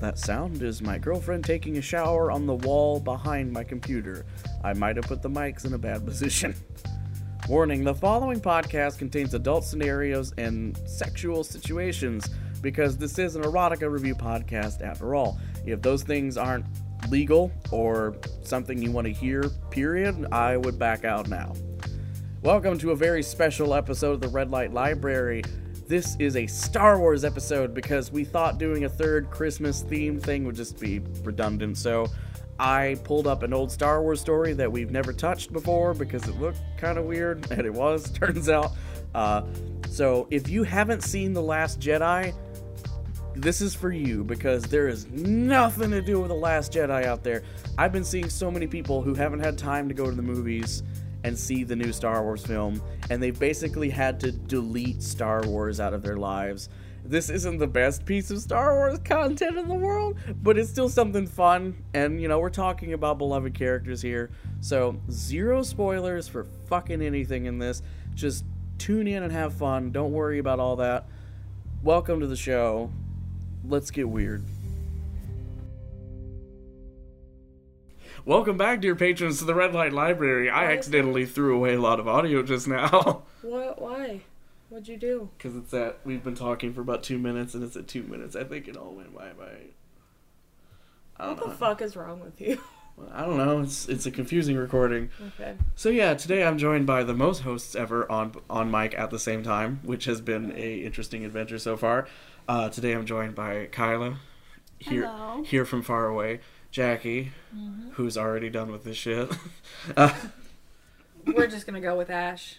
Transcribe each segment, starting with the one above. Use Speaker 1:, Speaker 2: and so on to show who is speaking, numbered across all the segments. Speaker 1: that sound is my girlfriend taking a shower on the wall behind my computer. I might have put the mics in a bad position. Warning the following podcast contains adult scenarios and sexual situations because this is an erotica review podcast after all. If those things aren't legal or something you want to hear, period, I would back out now. Welcome to a very special episode of the Red Light Library. This is a Star Wars episode because we thought doing a third Christmas theme thing would just be redundant. So I pulled up an old Star Wars story that we've never touched before because it looked kind of weird, and it was, turns out. Uh, so if you haven't seen The Last Jedi, this is for you because there is nothing to do with The Last Jedi out there. I've been seeing so many people who haven't had time to go to the movies and see the new Star Wars film, and they've basically had to delete Star Wars out of their lives. This isn't the best piece of Star Wars content in the world, but it's still something fun, and you know, we're talking about beloved characters here. So, zero spoilers for fucking anything in this. Just tune in and have fun. Don't worry about all that. Welcome to the show. Let's get weird. Welcome back, dear patrons, to the Red Light Library. I
Speaker 2: Hi.
Speaker 1: accidentally threw away a lot of audio just now.
Speaker 2: What? Why? What'd you do?
Speaker 1: Because it's at, we've been talking for about two minutes, and it's at two minutes. I think it all went by by. I
Speaker 2: What
Speaker 1: don't
Speaker 2: the
Speaker 1: know.
Speaker 2: fuck is wrong with you?
Speaker 1: I don't know. It's it's a confusing recording.
Speaker 2: Okay.
Speaker 1: So yeah, today I'm joined by the most hosts ever on on mic at the same time, which has been a interesting adventure so far. Uh, today I'm joined by Kyla, here
Speaker 3: Hello.
Speaker 1: here from far away, Jackie, who's already done with this shit. uh,
Speaker 2: We're just gonna go with Ash.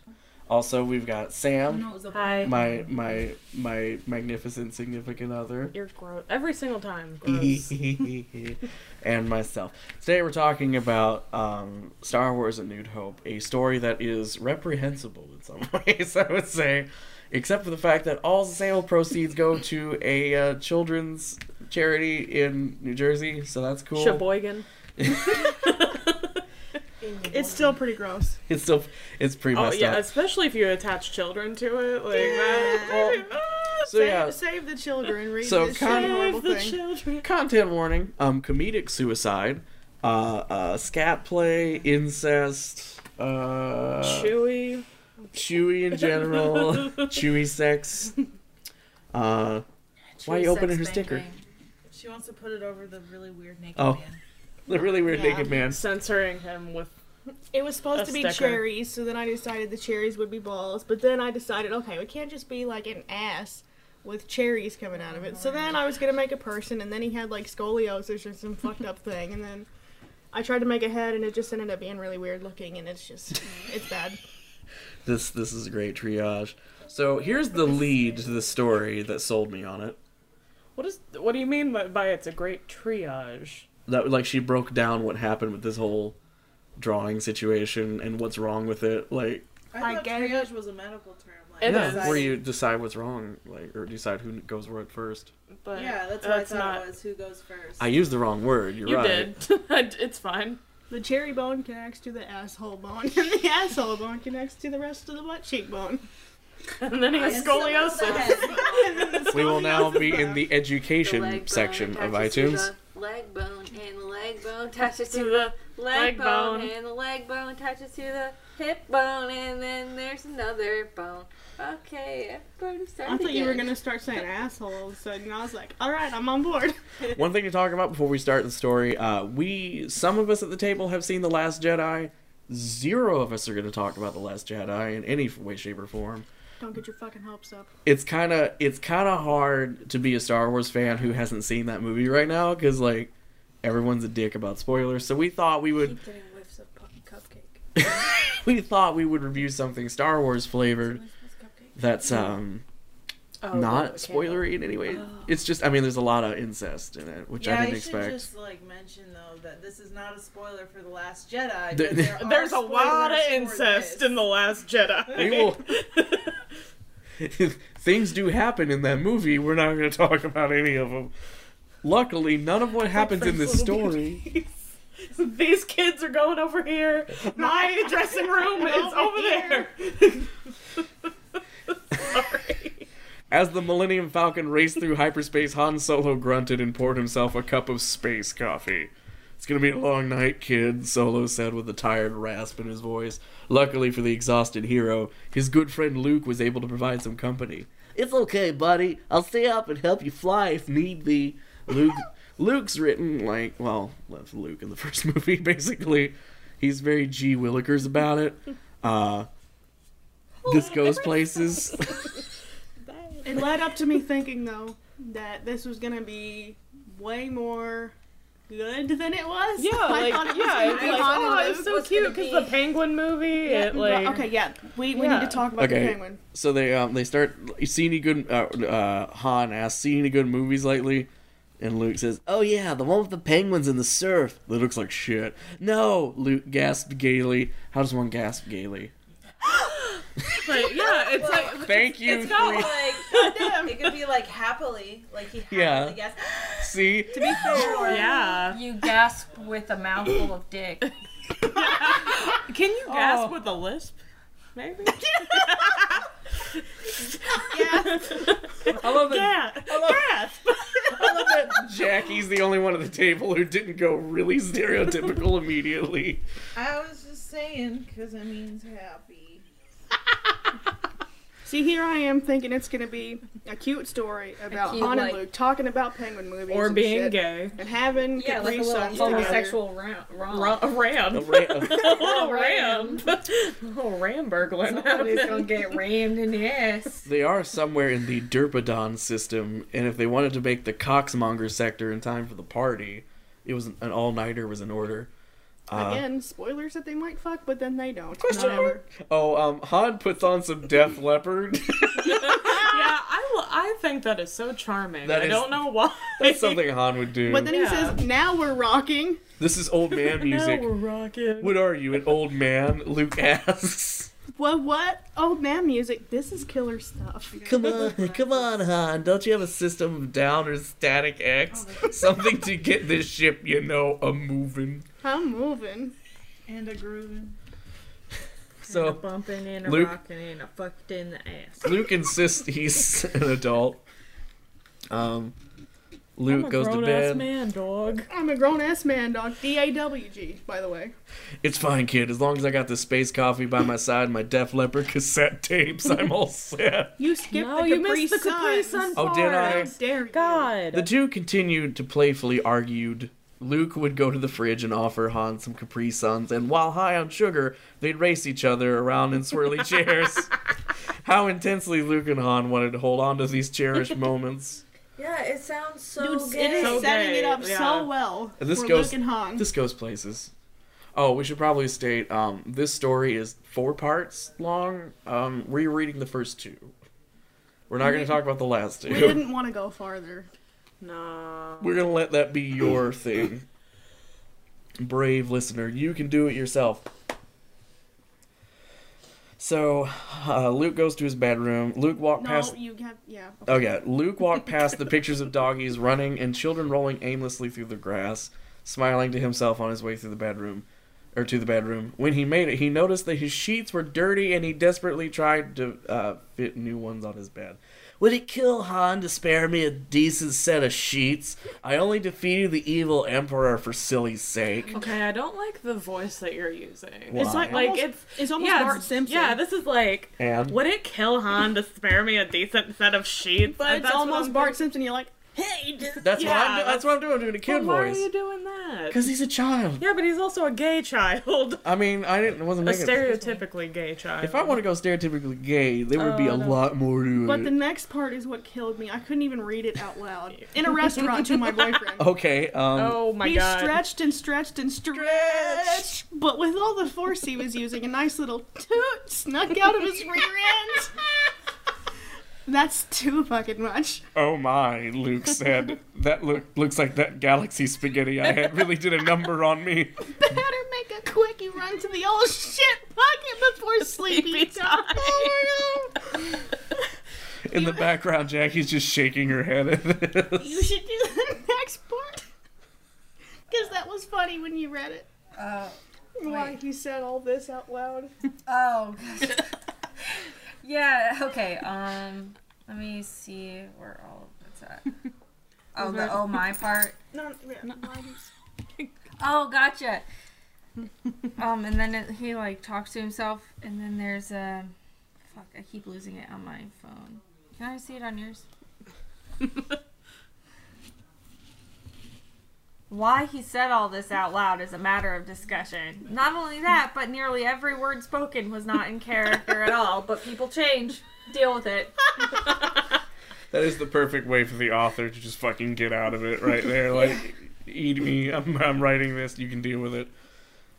Speaker 1: also, we've got Sam,
Speaker 2: Hi.
Speaker 1: my my my magnificent significant other.
Speaker 2: You're gross. Every single time.
Speaker 1: E.
Speaker 2: Gross.
Speaker 1: and myself. Today we're talking about um, Star Wars: A New Hope, a story that is reprehensible in some ways, I would say, except for the fact that all sale proceeds go to a uh, children's charity in New Jersey, so that's cool.
Speaker 2: Sheboygan.
Speaker 3: It's still pretty gross.
Speaker 1: It's still it's pretty
Speaker 2: Oh
Speaker 1: messed
Speaker 2: yeah,
Speaker 1: up.
Speaker 2: especially if you attach children to it, like that.
Speaker 3: Yeah.
Speaker 1: So
Speaker 3: save,
Speaker 1: yeah,
Speaker 3: save the children. Read
Speaker 1: So
Speaker 3: this
Speaker 1: kind of-
Speaker 3: horrible
Speaker 2: the
Speaker 3: thing.
Speaker 2: children.
Speaker 1: content warning. Um, comedic suicide, uh, uh, scat play, incest. Uh,
Speaker 2: Chewy.
Speaker 1: Chewy in general, Chewy sex. Uh, why are you opening her sticker?
Speaker 4: She wants to put it over the really weird naked
Speaker 1: Oh.
Speaker 4: man.
Speaker 1: The really weird
Speaker 3: Yeah.
Speaker 1: naked man.
Speaker 2: Censoring him with.
Speaker 3: It was supposed
Speaker 2: A
Speaker 3: to be
Speaker 2: sticker.
Speaker 3: cherries, so then I decided the cherries would be balls. But then I decided, okay, it can't just be like an ass with cherries coming out of it. So then I was gonna make a person, and then he had like scoliosis or some fucked up thing, and then I tried to make a head, and it just ended up being really weird looking, and it's just it's bad.
Speaker 1: This this is a great triage. So here's the lead to the story that sold me on it.
Speaker 2: What is? What do you mean by, by it's a great triage?
Speaker 1: That like she broke down what happened with this whole drawing situation and what's wrong with it. Like
Speaker 4: I,
Speaker 3: I
Speaker 4: thought
Speaker 3: get
Speaker 4: triage was a medical term. Like,
Speaker 2: It
Speaker 1: yeah,
Speaker 2: is.
Speaker 1: where you decide what's wrong, like or decide who goes where first.
Speaker 2: But
Speaker 4: yeah, that's what
Speaker 2: that's
Speaker 4: I thought
Speaker 2: not.
Speaker 4: it was. Who goes first?
Speaker 1: I used the wrong word. You're
Speaker 2: You
Speaker 1: right.
Speaker 2: did. it's fine.
Speaker 3: The cherry bone connects to the asshole bone, and the asshole bone connects to the rest of the butt cheek bone.
Speaker 2: And then he has scoliosis.
Speaker 1: We will now be in the
Speaker 5: The
Speaker 1: education
Speaker 5: leg
Speaker 2: uh,
Speaker 5: bone
Speaker 1: section of
Speaker 5: attaches to
Speaker 1: iTunes.
Speaker 5: the Leg bone and the leg bone attaches to
Speaker 2: To
Speaker 5: the
Speaker 2: the leg
Speaker 5: leg bone
Speaker 2: bone.
Speaker 5: and the leg bone attaches to the hip bone and then there's another bone. Okay, everybody start
Speaker 3: I thought you were
Speaker 5: again.
Speaker 3: gonna start saying asshole all of a sudden. I was like, all right, I'm on board.
Speaker 1: One thing to talk about before we start the story, uh, we some of us at the table have seen The Last Jedi. Zero of us are going to talk about The Last Jedi in any way, shape, or form.
Speaker 3: Don't get your fucking hopes up.
Speaker 1: It's kind of it's kind of hard to be a Star Wars fan who hasn't seen that movie right now because like everyone's a dick about spoilers. So we thought we would
Speaker 4: Keep getting whiffs of pu- cupcake.
Speaker 1: we thought we would review something Star Wars flavored
Speaker 4: Am I supposed to cupcake?
Speaker 1: that's um
Speaker 2: Oh,
Speaker 1: not
Speaker 2: okay.
Speaker 1: spoilery in any way.
Speaker 4: Oh.
Speaker 1: It's just I mean there's a lot of incest in it which
Speaker 4: yeah,
Speaker 1: I didn't
Speaker 4: you
Speaker 1: expect.
Speaker 4: should just like mention though that this is not a spoiler for the Last Jedi.
Speaker 1: The-
Speaker 4: but there are
Speaker 2: There's a lot of
Speaker 4: spoilers for
Speaker 2: incest
Speaker 4: this.
Speaker 2: in The Last Jedi.
Speaker 1: We will- things do happen in that movie. We're not going to talk about any of them. Luckily, none of what happens in this story.
Speaker 2: These kids are going over here. My dressing room is
Speaker 3: Over
Speaker 2: over
Speaker 3: here.
Speaker 2: there. Sorry.
Speaker 1: As the Millennium Falcon raced through hyperspace, Han Solo grunted and poured himself a cup of space coffee. It's gonna be a long night, kid, Solo said with a tired rasp in his voice. Luckily for the exhausted hero, his good friend Luke was able to provide some company. It's okay, buddy. I'll stay up and help you fly if need be. Luke Luke's written like well, that's Luke in the first movie, basically. He's very G Willikers about it. Uh this goes places.
Speaker 3: It led up to me thinking though that this was gonna be way more good than it was.
Speaker 2: Yeah,
Speaker 3: I
Speaker 2: like,
Speaker 3: thought it was
Speaker 2: yeah,
Speaker 3: gonna
Speaker 2: it's
Speaker 3: be
Speaker 2: like,
Speaker 3: on and
Speaker 2: oh, it's
Speaker 3: off.
Speaker 2: so
Speaker 5: What's
Speaker 2: cute
Speaker 5: gonna
Speaker 2: because
Speaker 5: be-
Speaker 2: the Penguin movie,
Speaker 3: Yeah,
Speaker 2: it like,
Speaker 3: okay, yeah, we, we
Speaker 2: Yeah.
Speaker 3: need to talk about the
Speaker 1: okay,
Speaker 3: penguin.
Speaker 1: so they um they start. You see any good? Uh, uh, Han asks, "See any good movies lately?" And Luke says, "Oh yeah, the one with the penguins and the surf. That looks like shit." No, Luke gasped gaily. How does one gasp gaily?
Speaker 2: but yeah, it's like,
Speaker 1: Thank you.
Speaker 2: it's got
Speaker 1: three-
Speaker 2: like-
Speaker 4: Like, it could be like happily, like he happily
Speaker 1: Yeah.
Speaker 4: guessed.
Speaker 1: see,
Speaker 4: To be fair, or-
Speaker 2: yeah.
Speaker 5: You gasp with a mouthful of dick.
Speaker 2: Can you gasp with a lisp? Maybe.
Speaker 1: I love that.
Speaker 2: Gasp.
Speaker 1: I love, I love that Jackie's the only one at the table who didn't go really stereotypical immediately.
Speaker 4: I was just saying because it means happy.
Speaker 3: See, here I am thinking it's gonna be a cute story about
Speaker 5: cute,
Speaker 3: Han
Speaker 5: like-
Speaker 3: and Luke talking about penguin movies
Speaker 2: Or
Speaker 3: and
Speaker 2: being
Speaker 3: shit,
Speaker 2: gay.
Speaker 3: and having
Speaker 5: Yeah, like
Speaker 3: Capri
Speaker 5: a little
Speaker 3: Suns together.
Speaker 5: homosexual ram. rom.
Speaker 2: Ra- a ram.
Speaker 1: The ra- uh,
Speaker 2: a little ram. a little ram burglar.
Speaker 5: Somebody's gonna
Speaker 2: happened.
Speaker 5: get rammed in the ass.
Speaker 1: They are somewhere in the Derpadon system, and if they wanted to make the Coxmonger sector in time for the party, it was an all-nighter was in order. Uh,
Speaker 3: Again, spoilers that they might fuck, but then they don't.
Speaker 1: Question
Speaker 3: Whatever.
Speaker 1: mark? Oh, um, Han puts on some Death Leopard.
Speaker 2: Yeah, I, lo- I think that is so charming.
Speaker 1: That
Speaker 2: I
Speaker 1: is-
Speaker 2: don't know why.
Speaker 1: That's something Han would do.
Speaker 3: But then he
Speaker 2: Yeah.
Speaker 3: says, "Now we're rocking."
Speaker 1: This is old man music.
Speaker 2: Now we're rocking.
Speaker 1: What are you, an old man? Luke asks.
Speaker 3: What? What? Oh man, music. This is killer stuff.
Speaker 1: Come on, come on, Han. Don't you have a system of down or static X? Something to get this ship, you know, a moving.
Speaker 3: I'm moving.
Speaker 4: And a grooving.
Speaker 2: And a
Speaker 1: So
Speaker 2: bumping and a
Speaker 1: Luke-
Speaker 2: rocking and a fucked in the ass.
Speaker 1: Luke insists he's an adult. Um,
Speaker 2: I'm
Speaker 1: Luke
Speaker 2: a
Speaker 1: goes to
Speaker 2: grown-ass
Speaker 1: bed.
Speaker 2: man, dog.
Speaker 3: I'm a grown ass man, dog. D A W G, by the way.
Speaker 1: It's fine, kid. As long as I got the space coffee by my side, and my Def Leppard cassette tapes, I'm all set.
Speaker 3: You skipped
Speaker 2: No,
Speaker 3: the
Speaker 2: you
Speaker 3: Capri
Speaker 2: missed the Capri Sun
Speaker 3: Suns.
Speaker 1: Oh, did
Speaker 2: part.
Speaker 1: I?
Speaker 3: How dare you?
Speaker 2: God.
Speaker 1: The two continued to playfully argued. Luke would go to the fridge and offer Han some Capri Suns, and while high on sugar, they'd race each other around in swirly chairs. How intensely Luke and Han wanted to hold on to these cherished moments.
Speaker 5: Yeah, it sounds so
Speaker 3: Dude, it is
Speaker 2: So
Speaker 3: setting
Speaker 2: gay,
Speaker 3: it up
Speaker 2: yeah.
Speaker 3: so well.
Speaker 1: And this
Speaker 3: for
Speaker 1: goes-
Speaker 3: Luke and Han.
Speaker 1: This goes places. Oh, we should probably state um, this story is four parts long. Um, we're reading the first two. We're not going to talk about the last two.
Speaker 3: we didn't want to go farther.
Speaker 2: No.
Speaker 1: We're gonna let that be your thing. Brave listener, you can do it yourself. So, uh, Luke goes to his bedroom. Luke walked
Speaker 3: No,
Speaker 1: past.
Speaker 3: you have yeah.
Speaker 1: Oh yeah, Luke walked past the pictures of doggies running and children rolling aimlessly through the grass, smiling to himself on his way through the bedroom, or to the bedroom. When he made it, he noticed that his sheets were dirty, and he desperately tried to uh, fit new ones on his bed. Would it kill Han to spare me a decent set of sheets? I only defeated the evil Emperor for silly sake.
Speaker 2: Okay, I don't like the voice that you're using.
Speaker 1: Why?
Speaker 3: It's like,
Speaker 2: Like,
Speaker 3: almost,
Speaker 2: it's-
Speaker 3: it's it's almost
Speaker 2: yeah,
Speaker 3: Bart
Speaker 2: it's-
Speaker 3: Simpson.
Speaker 2: Yeah, this is like.
Speaker 1: And
Speaker 2: Would it kill Han to spare me a decent set of sheets?
Speaker 3: but it's almost Bart Simpson. You're like, hey, this-
Speaker 1: that's what I'm
Speaker 2: yeah,
Speaker 1: doing. That's what I'm doing. I'm doing a kid
Speaker 2: But why are
Speaker 1: voice
Speaker 2: you doing that?
Speaker 1: because he's a child.
Speaker 2: Yeah, but he's also a gay child.
Speaker 1: I mean, I didn't. I wasn't
Speaker 2: A
Speaker 1: making.
Speaker 2: stereotypically gay child.
Speaker 1: If I want to go stereotypically gay, there would be
Speaker 2: Oh,
Speaker 1: a
Speaker 2: no.
Speaker 1: lot more to it.
Speaker 3: But the next part is what killed me. I couldn't even read it out loud in a restaurant to my boyfriend.
Speaker 1: Okay. Um,
Speaker 2: Oh my
Speaker 3: he
Speaker 2: god.
Speaker 3: stretched and stretched and stretched, but with all the force he was using, a nice little toot snuck out of his rear end. That's too fucking much.
Speaker 1: oh my, Luke said. that look looks like that galaxy spaghetti I had really did a number on me.
Speaker 3: Better make a quickie run to the old shit pocket before sleepy time. Oh my god.
Speaker 1: In the background, Jackie's just shaking her head at this.
Speaker 3: You should do the next part. Because that was funny when you read it.
Speaker 5: Oh,
Speaker 3: Why he said all this out loud.
Speaker 5: oh. gosh. yeah. Okay. Um. Let me see where all of it's at. Oh, the oh my part.
Speaker 3: No, yeah.
Speaker 5: Oh, gotcha. um, and then it, he like talks to himself, and then there's a fuck. I keep losing it on my phone. Can I see it on yours? Why he said all this out loud is a matter of discussion. Not only that, but nearly every word spoken was not in character at all. But people change. Deal with it.
Speaker 1: That is the perfect way for the author to just fucking get out of it right there. Like, eat me. I'm, I'm writing this. You can deal with it.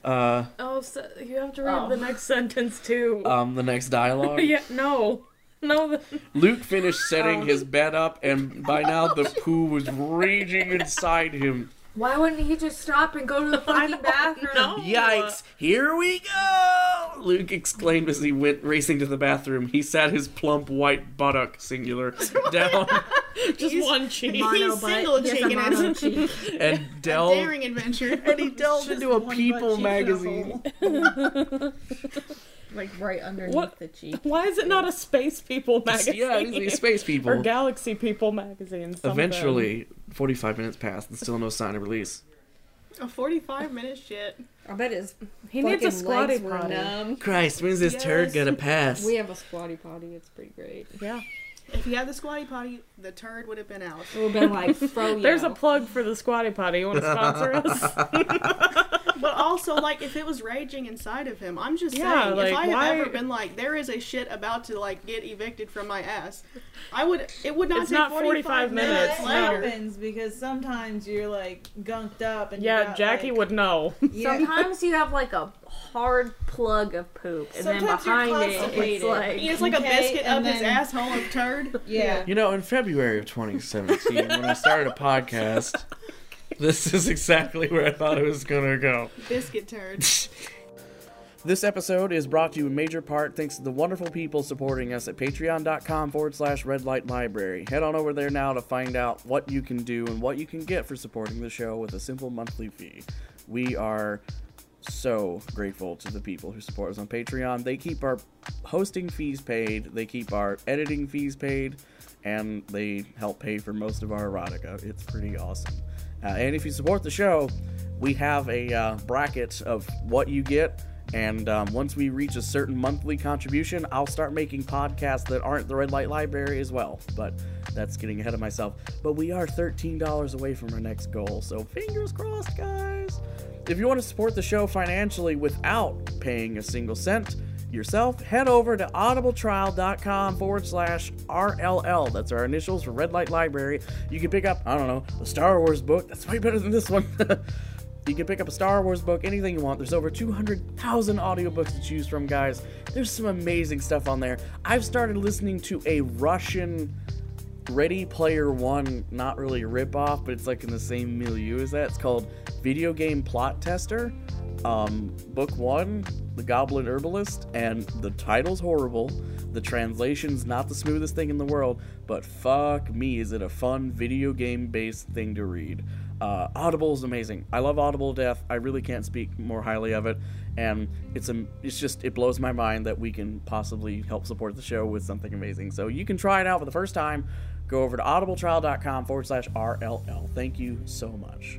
Speaker 1: Uh,
Speaker 2: Oh, so you have to read
Speaker 5: Oh.
Speaker 2: the next sentence too.
Speaker 1: um, the next dialogue.
Speaker 2: yeah, Um. no, no. The,
Speaker 1: Luke finished setting his bed up, and by now the poo was raging inside him.
Speaker 5: Why wouldn't he just stop and go to the fucking bathroom?
Speaker 2: know.
Speaker 1: Yikes! Here we go! Luke exclaimed as he went racing to the bathroom. He sat his plump white buttock, singular, down
Speaker 2: just one cheek.
Speaker 3: He's single
Speaker 5: He has a
Speaker 3: chicken ass.
Speaker 5: mono cheek.
Speaker 1: and delved.
Speaker 3: Daring adventure.
Speaker 1: And he delved into a People magazine.
Speaker 6: Like right underneath
Speaker 2: What?
Speaker 6: the cheek.
Speaker 2: Why is it not a space people magazine?
Speaker 1: Yeah, it needs to be space
Speaker 2: or
Speaker 1: people.
Speaker 2: galaxy people magazine. something.
Speaker 1: Eventually, 45 minutes passed and still no sign of release.
Speaker 3: A 45 minute shit.
Speaker 6: I bet his
Speaker 2: he needs a
Speaker 6: fucking
Speaker 2: squatty
Speaker 6: legs were
Speaker 2: potty.
Speaker 6: numb.
Speaker 1: Christ, when's this turd
Speaker 3: Yes.
Speaker 1: gonna pass?
Speaker 6: We have a squatty potty. It's pretty great.
Speaker 2: Yeah,
Speaker 3: If you had the squatty potty, the turd would have been out.
Speaker 6: It would have been like fro.
Speaker 2: there's a plug for the squatty potty. You want to sponsor us?
Speaker 3: But also, like, if it was raging inside of him, I'm just
Speaker 2: Yeah,
Speaker 3: saying,
Speaker 2: like,
Speaker 3: if I had
Speaker 2: why-
Speaker 3: ever been like, there is a shit about to, like, get evicted from my ass, I would, it would not
Speaker 2: It's
Speaker 3: take
Speaker 2: not
Speaker 3: 45
Speaker 2: 45
Speaker 3: minutes
Speaker 2: minutes,
Speaker 4: That
Speaker 2: no.
Speaker 3: later.
Speaker 4: happens because sometimes you're like gunked up and you
Speaker 2: yeah,
Speaker 4: got,
Speaker 2: Jackie
Speaker 4: like-
Speaker 2: would know.
Speaker 4: Yeah.
Speaker 5: Sometimes you have like a hard plug of poop, and
Speaker 4: Sometimes you're
Speaker 5: then behind it, it's
Speaker 4: constipated.
Speaker 3: He
Speaker 5: like.
Speaker 3: has, like, a
Speaker 4: Okay,
Speaker 3: biscuit up
Speaker 4: and
Speaker 3: his
Speaker 4: then-
Speaker 3: asshole of turd.
Speaker 4: Yeah.
Speaker 1: You know, in February of 2017, when I started a podcast, this is exactly where I thought it was gonna go.
Speaker 3: biscuit turd.
Speaker 1: This episode is brought to you in major part thanks to the wonderful people supporting us at patreon.com forward slash red light library. Head on over there now to find out what you can do and what you can get for supporting the show with a simple monthly fee. We are so grateful to the people who support us on Patreon. They keep our hosting fees paid, they keep our editing fees paid, and they help pay for most of our erotica. It's pretty awesome. Uh, and if you support the show, we have a uh, bracket of what you get. And um, once we reach a certain monthly contribution, I'll start making podcasts that aren't the Red Light Library as well. But that's getting ahead of myself. But we are $13 away from our next goal, so fingers crossed, guys. If you want to support the show financially without paying a single cent yourself, head over to audibletrial.com forward slash RLL. That's our initials for Red Light Library. You can pick up, I don't know, the Star Wars book. That's way better than this one. You can pick up a Star Wars book, anything you want. There's over 200,000 audiobooks to choose from, guys. There's some amazing stuff on there. I've started listening to a Russian Ready Player One, not really a ripoff, but it's like in the same milieu as that. It's called Video Game Plot Tester. Um, book one, The Goblin Herbalist, and the title's horrible. The translation's not the smoothest thing in the world, but fuck me, is it a fun video game based thing to read? Uh, Audible is amazing. I love Audible to death. I really can't speak more highly of it, and it's a, it's just it blows my mind that we can possibly help support the show with something amazing. So you can try it out for the first time. Go over to audibletrial.com forward slash RLL. Thank you so much.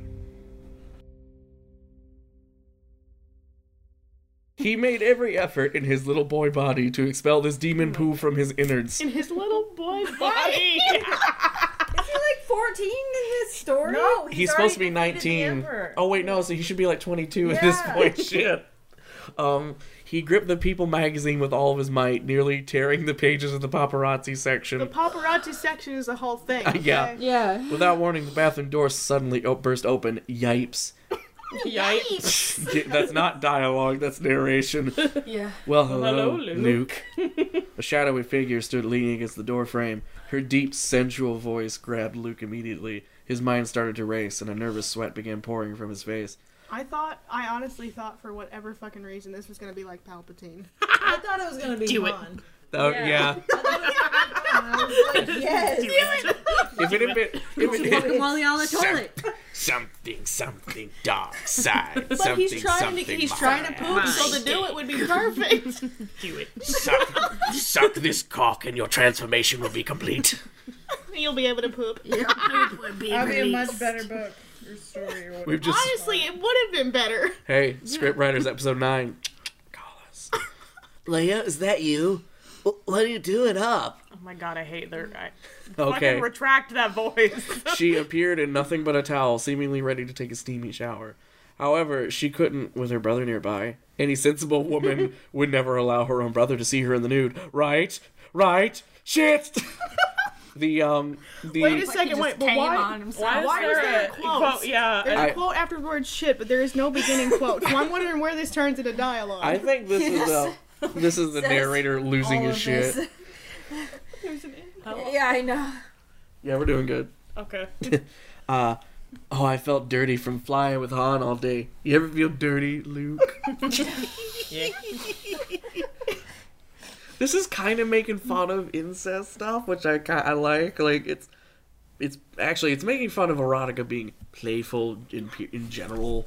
Speaker 1: He made every effort in his little boy body to expel this demon poo from his innards.
Speaker 3: In his little boy body.
Speaker 5: Is he like 14 in this story?
Speaker 4: No,
Speaker 1: He's supposed to be
Speaker 4: already defeated the
Speaker 1: 19.
Speaker 4: emperor.
Speaker 1: Oh wait, no, so he should be like 22 at this
Speaker 4: Yeah.
Speaker 1: point. Shit. Um, he gripped the People magazine with all of his might, nearly tearing the pages of the paparazzi
Speaker 3: the
Speaker 1: section.
Speaker 3: paparazzi section is a whole thing.
Speaker 1: Yeah.
Speaker 3: okay?
Speaker 6: Yeah.
Speaker 1: Without warning, the bathroom door suddenly o- burst open. Yipes. Yipes. that's not dialogue, that's narration.
Speaker 6: Yeah.
Speaker 1: Well, hello,
Speaker 2: Hello,
Speaker 1: Luke.
Speaker 2: Luke.
Speaker 1: a shadowy figure stood leaning against the door frame. Her deep, sensual voice grabbed Luke immediately. His mind started to race, and a nervous sweat began pouring from his face.
Speaker 3: I thought, I honestly thought for whatever fucking reason, this was gonna be like Palpatine.
Speaker 4: I thought it was gonna be
Speaker 2: Do it.
Speaker 4: fun.
Speaker 1: Oh
Speaker 5: Yeah.
Speaker 1: yeah.
Speaker 4: I was like, yes.
Speaker 1: if it had been, if it
Speaker 6: While you're on the toilet.
Speaker 1: something, something dark side.
Speaker 3: But
Speaker 1: something,
Speaker 3: he's trying to
Speaker 1: something
Speaker 3: he's
Speaker 1: mine.
Speaker 3: trying to poop, so to do it would be perfect.
Speaker 2: Do it.
Speaker 1: Suck, suck this cock, and your transformation will be complete.
Speaker 3: You'll be able to poop.
Speaker 4: That'd be a much better book or story or whatever.
Speaker 1: We've just
Speaker 3: Honestly, it would have been better.
Speaker 1: hey, script writers, episode nine. Call us. Leia, is that you? Wh- What are you doing up?
Speaker 2: Oh my god, I hate their. I
Speaker 1: Okay,
Speaker 2: Fucking retract that voice.
Speaker 1: she appeared in nothing but a towel, seemingly ready to take a steamy shower. However, she couldn't with her brother nearby. Any sensible woman would never allow her own brother to see her in the nude. Right? Right? Shit! the, um, the.
Speaker 3: Wait a second,
Speaker 6: He
Speaker 3: wait,
Speaker 6: just
Speaker 3: but
Speaker 6: came
Speaker 3: why?
Speaker 6: on himself.
Speaker 2: Why is
Speaker 3: Why was
Speaker 2: there a
Speaker 3: there a quote?
Speaker 2: quote? Yeah.
Speaker 3: There's
Speaker 1: I-
Speaker 3: a quote after the word shit, but there is no beginning quote. So I'm wondering where this turns into dialogue.
Speaker 1: I think this is the. This is the
Speaker 5: Says
Speaker 1: narrator losing
Speaker 5: all
Speaker 1: his
Speaker 5: of
Speaker 1: shit.
Speaker 5: this. yeah, I know.
Speaker 1: Yeah, we're doing good.
Speaker 2: okay.
Speaker 1: Uh, oh, I felt dirty from flying with Han all day. You ever feel dirty, Luke? this is kind of making fun of incest stuff, which I ki- I like. Like it's it's actually it's making fun of erotica being playful in pe- in general.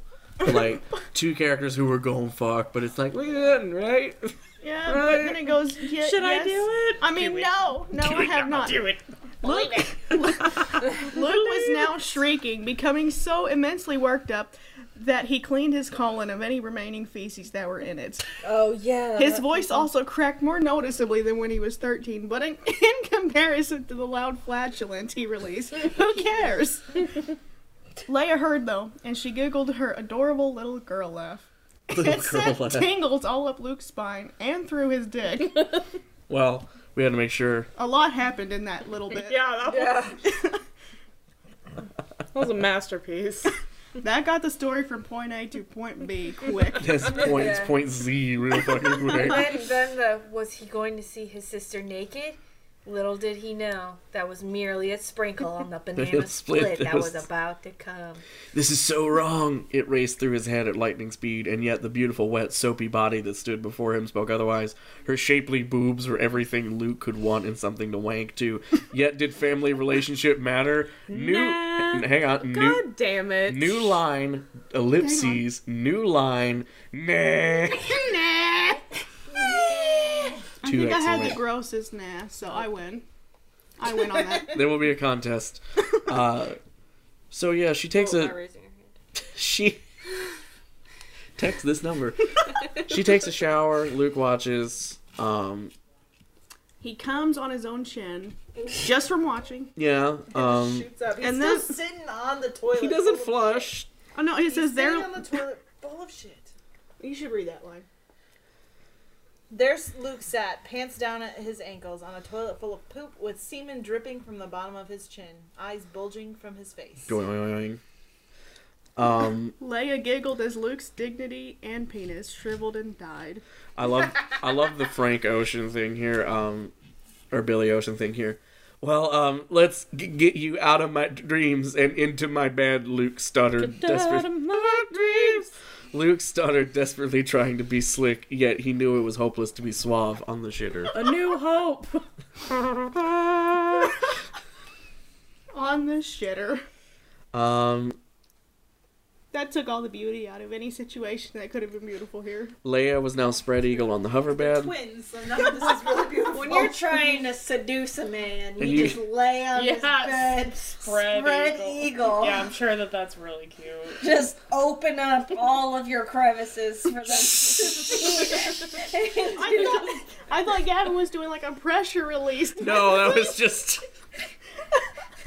Speaker 1: like two characters who were going fuck, but it's like look at that, right?
Speaker 3: yeah, but then it goes. Yeah,
Speaker 2: Should I
Speaker 3: yes.
Speaker 2: do it?
Speaker 3: I mean, no, no, I have not.
Speaker 2: Do it.
Speaker 3: Luke, Luke was now shrieking, becoming so immensely worked up that he cleaned his colon of any remaining feces that were in it.
Speaker 6: Oh yeah.
Speaker 3: His voice also cracked more noticeably than when he was 13, but in, in comparison to the loud flatulence he released, who cares? Leia heard though, and she giggled her adorable little girl laugh. It sent tingles all up Luke's spine and through his dick.
Speaker 1: well, we had to make sure.
Speaker 3: A lot happened in that little bit.
Speaker 2: Yeah. That was, that was a masterpiece.
Speaker 3: That got the story from point A to point B quick.
Speaker 1: Yes, points, point Z, real fucking quick.
Speaker 5: then, then the was he going to see his sister naked? Little did he know that was merely a sprinkle on the banana
Speaker 1: split
Speaker 5: split
Speaker 1: that
Speaker 5: that was
Speaker 1: was-
Speaker 5: about to come.
Speaker 1: This is so wrong! It raced through his head at lightning speed, and yet the beautiful, wet, soapy body that stood before him spoke otherwise. Her shapely boobs were everything Luke could want and something to wank to. Yet did family relationship matter? New.
Speaker 2: Nah.
Speaker 1: Hang on. New,
Speaker 2: God damn it.
Speaker 1: new line, ellipses, new line, nah.
Speaker 3: nah. I
Speaker 1: Two
Speaker 3: think I had
Speaker 1: excellent.
Speaker 3: the grossest nah, so I win. I win on that.
Speaker 1: There will be a contest. Uh, so yeah, she takes
Speaker 3: Oh,
Speaker 1: a. she text this number. she takes a shower. Luke watches. Um,
Speaker 3: He comes on his own chin, just from watching.
Speaker 1: yeah. Um,
Speaker 4: Shoots up. He's
Speaker 3: and
Speaker 4: still
Speaker 3: then-
Speaker 4: sitting on the toilet.
Speaker 1: he doesn't flush.
Speaker 3: Oh no, he says
Speaker 4: He's
Speaker 3: there.
Speaker 4: sitting on the toilet full of shit.
Speaker 3: You should read that line.
Speaker 4: There's Luke sat, pants down at his ankles, on a toilet full of poop with semen dripping from the bottom of his chin, eyes bulging from his face.
Speaker 1: Going, going, going. Um,
Speaker 3: Leia giggled as Luke's dignity and penis shriveled and died.
Speaker 1: I love, I love the Frank Ocean thing here. Um, or Billy Ocean thing here. Well, um, let's g- get you out of my dreams and into my bed. Luke stuttered, desperate. Luke stuttered, desperately trying to be slick, yet he knew it was hopeless to be suave on the shitter.
Speaker 2: A new hope.
Speaker 3: On the shitter.
Speaker 1: Um,
Speaker 3: That took all the beauty out of any situation that could have been beautiful here.
Speaker 1: Leia was now spread eagle on the hoverbed.
Speaker 4: Twins, so none of this is really beautiful.
Speaker 6: When you're trying to seduce a man, you,
Speaker 1: And you-
Speaker 6: just lay on his
Speaker 2: Yes.
Speaker 6: bed,
Speaker 2: Spread
Speaker 6: spread
Speaker 2: eagle.
Speaker 6: eagle.
Speaker 2: Yeah, I'm sure that that's really cute.
Speaker 6: Just open up all of your crevices for them to see.
Speaker 3: I thought, I thought Gavin was doing like a pressure release, like
Speaker 1: No, that was just
Speaker 3: a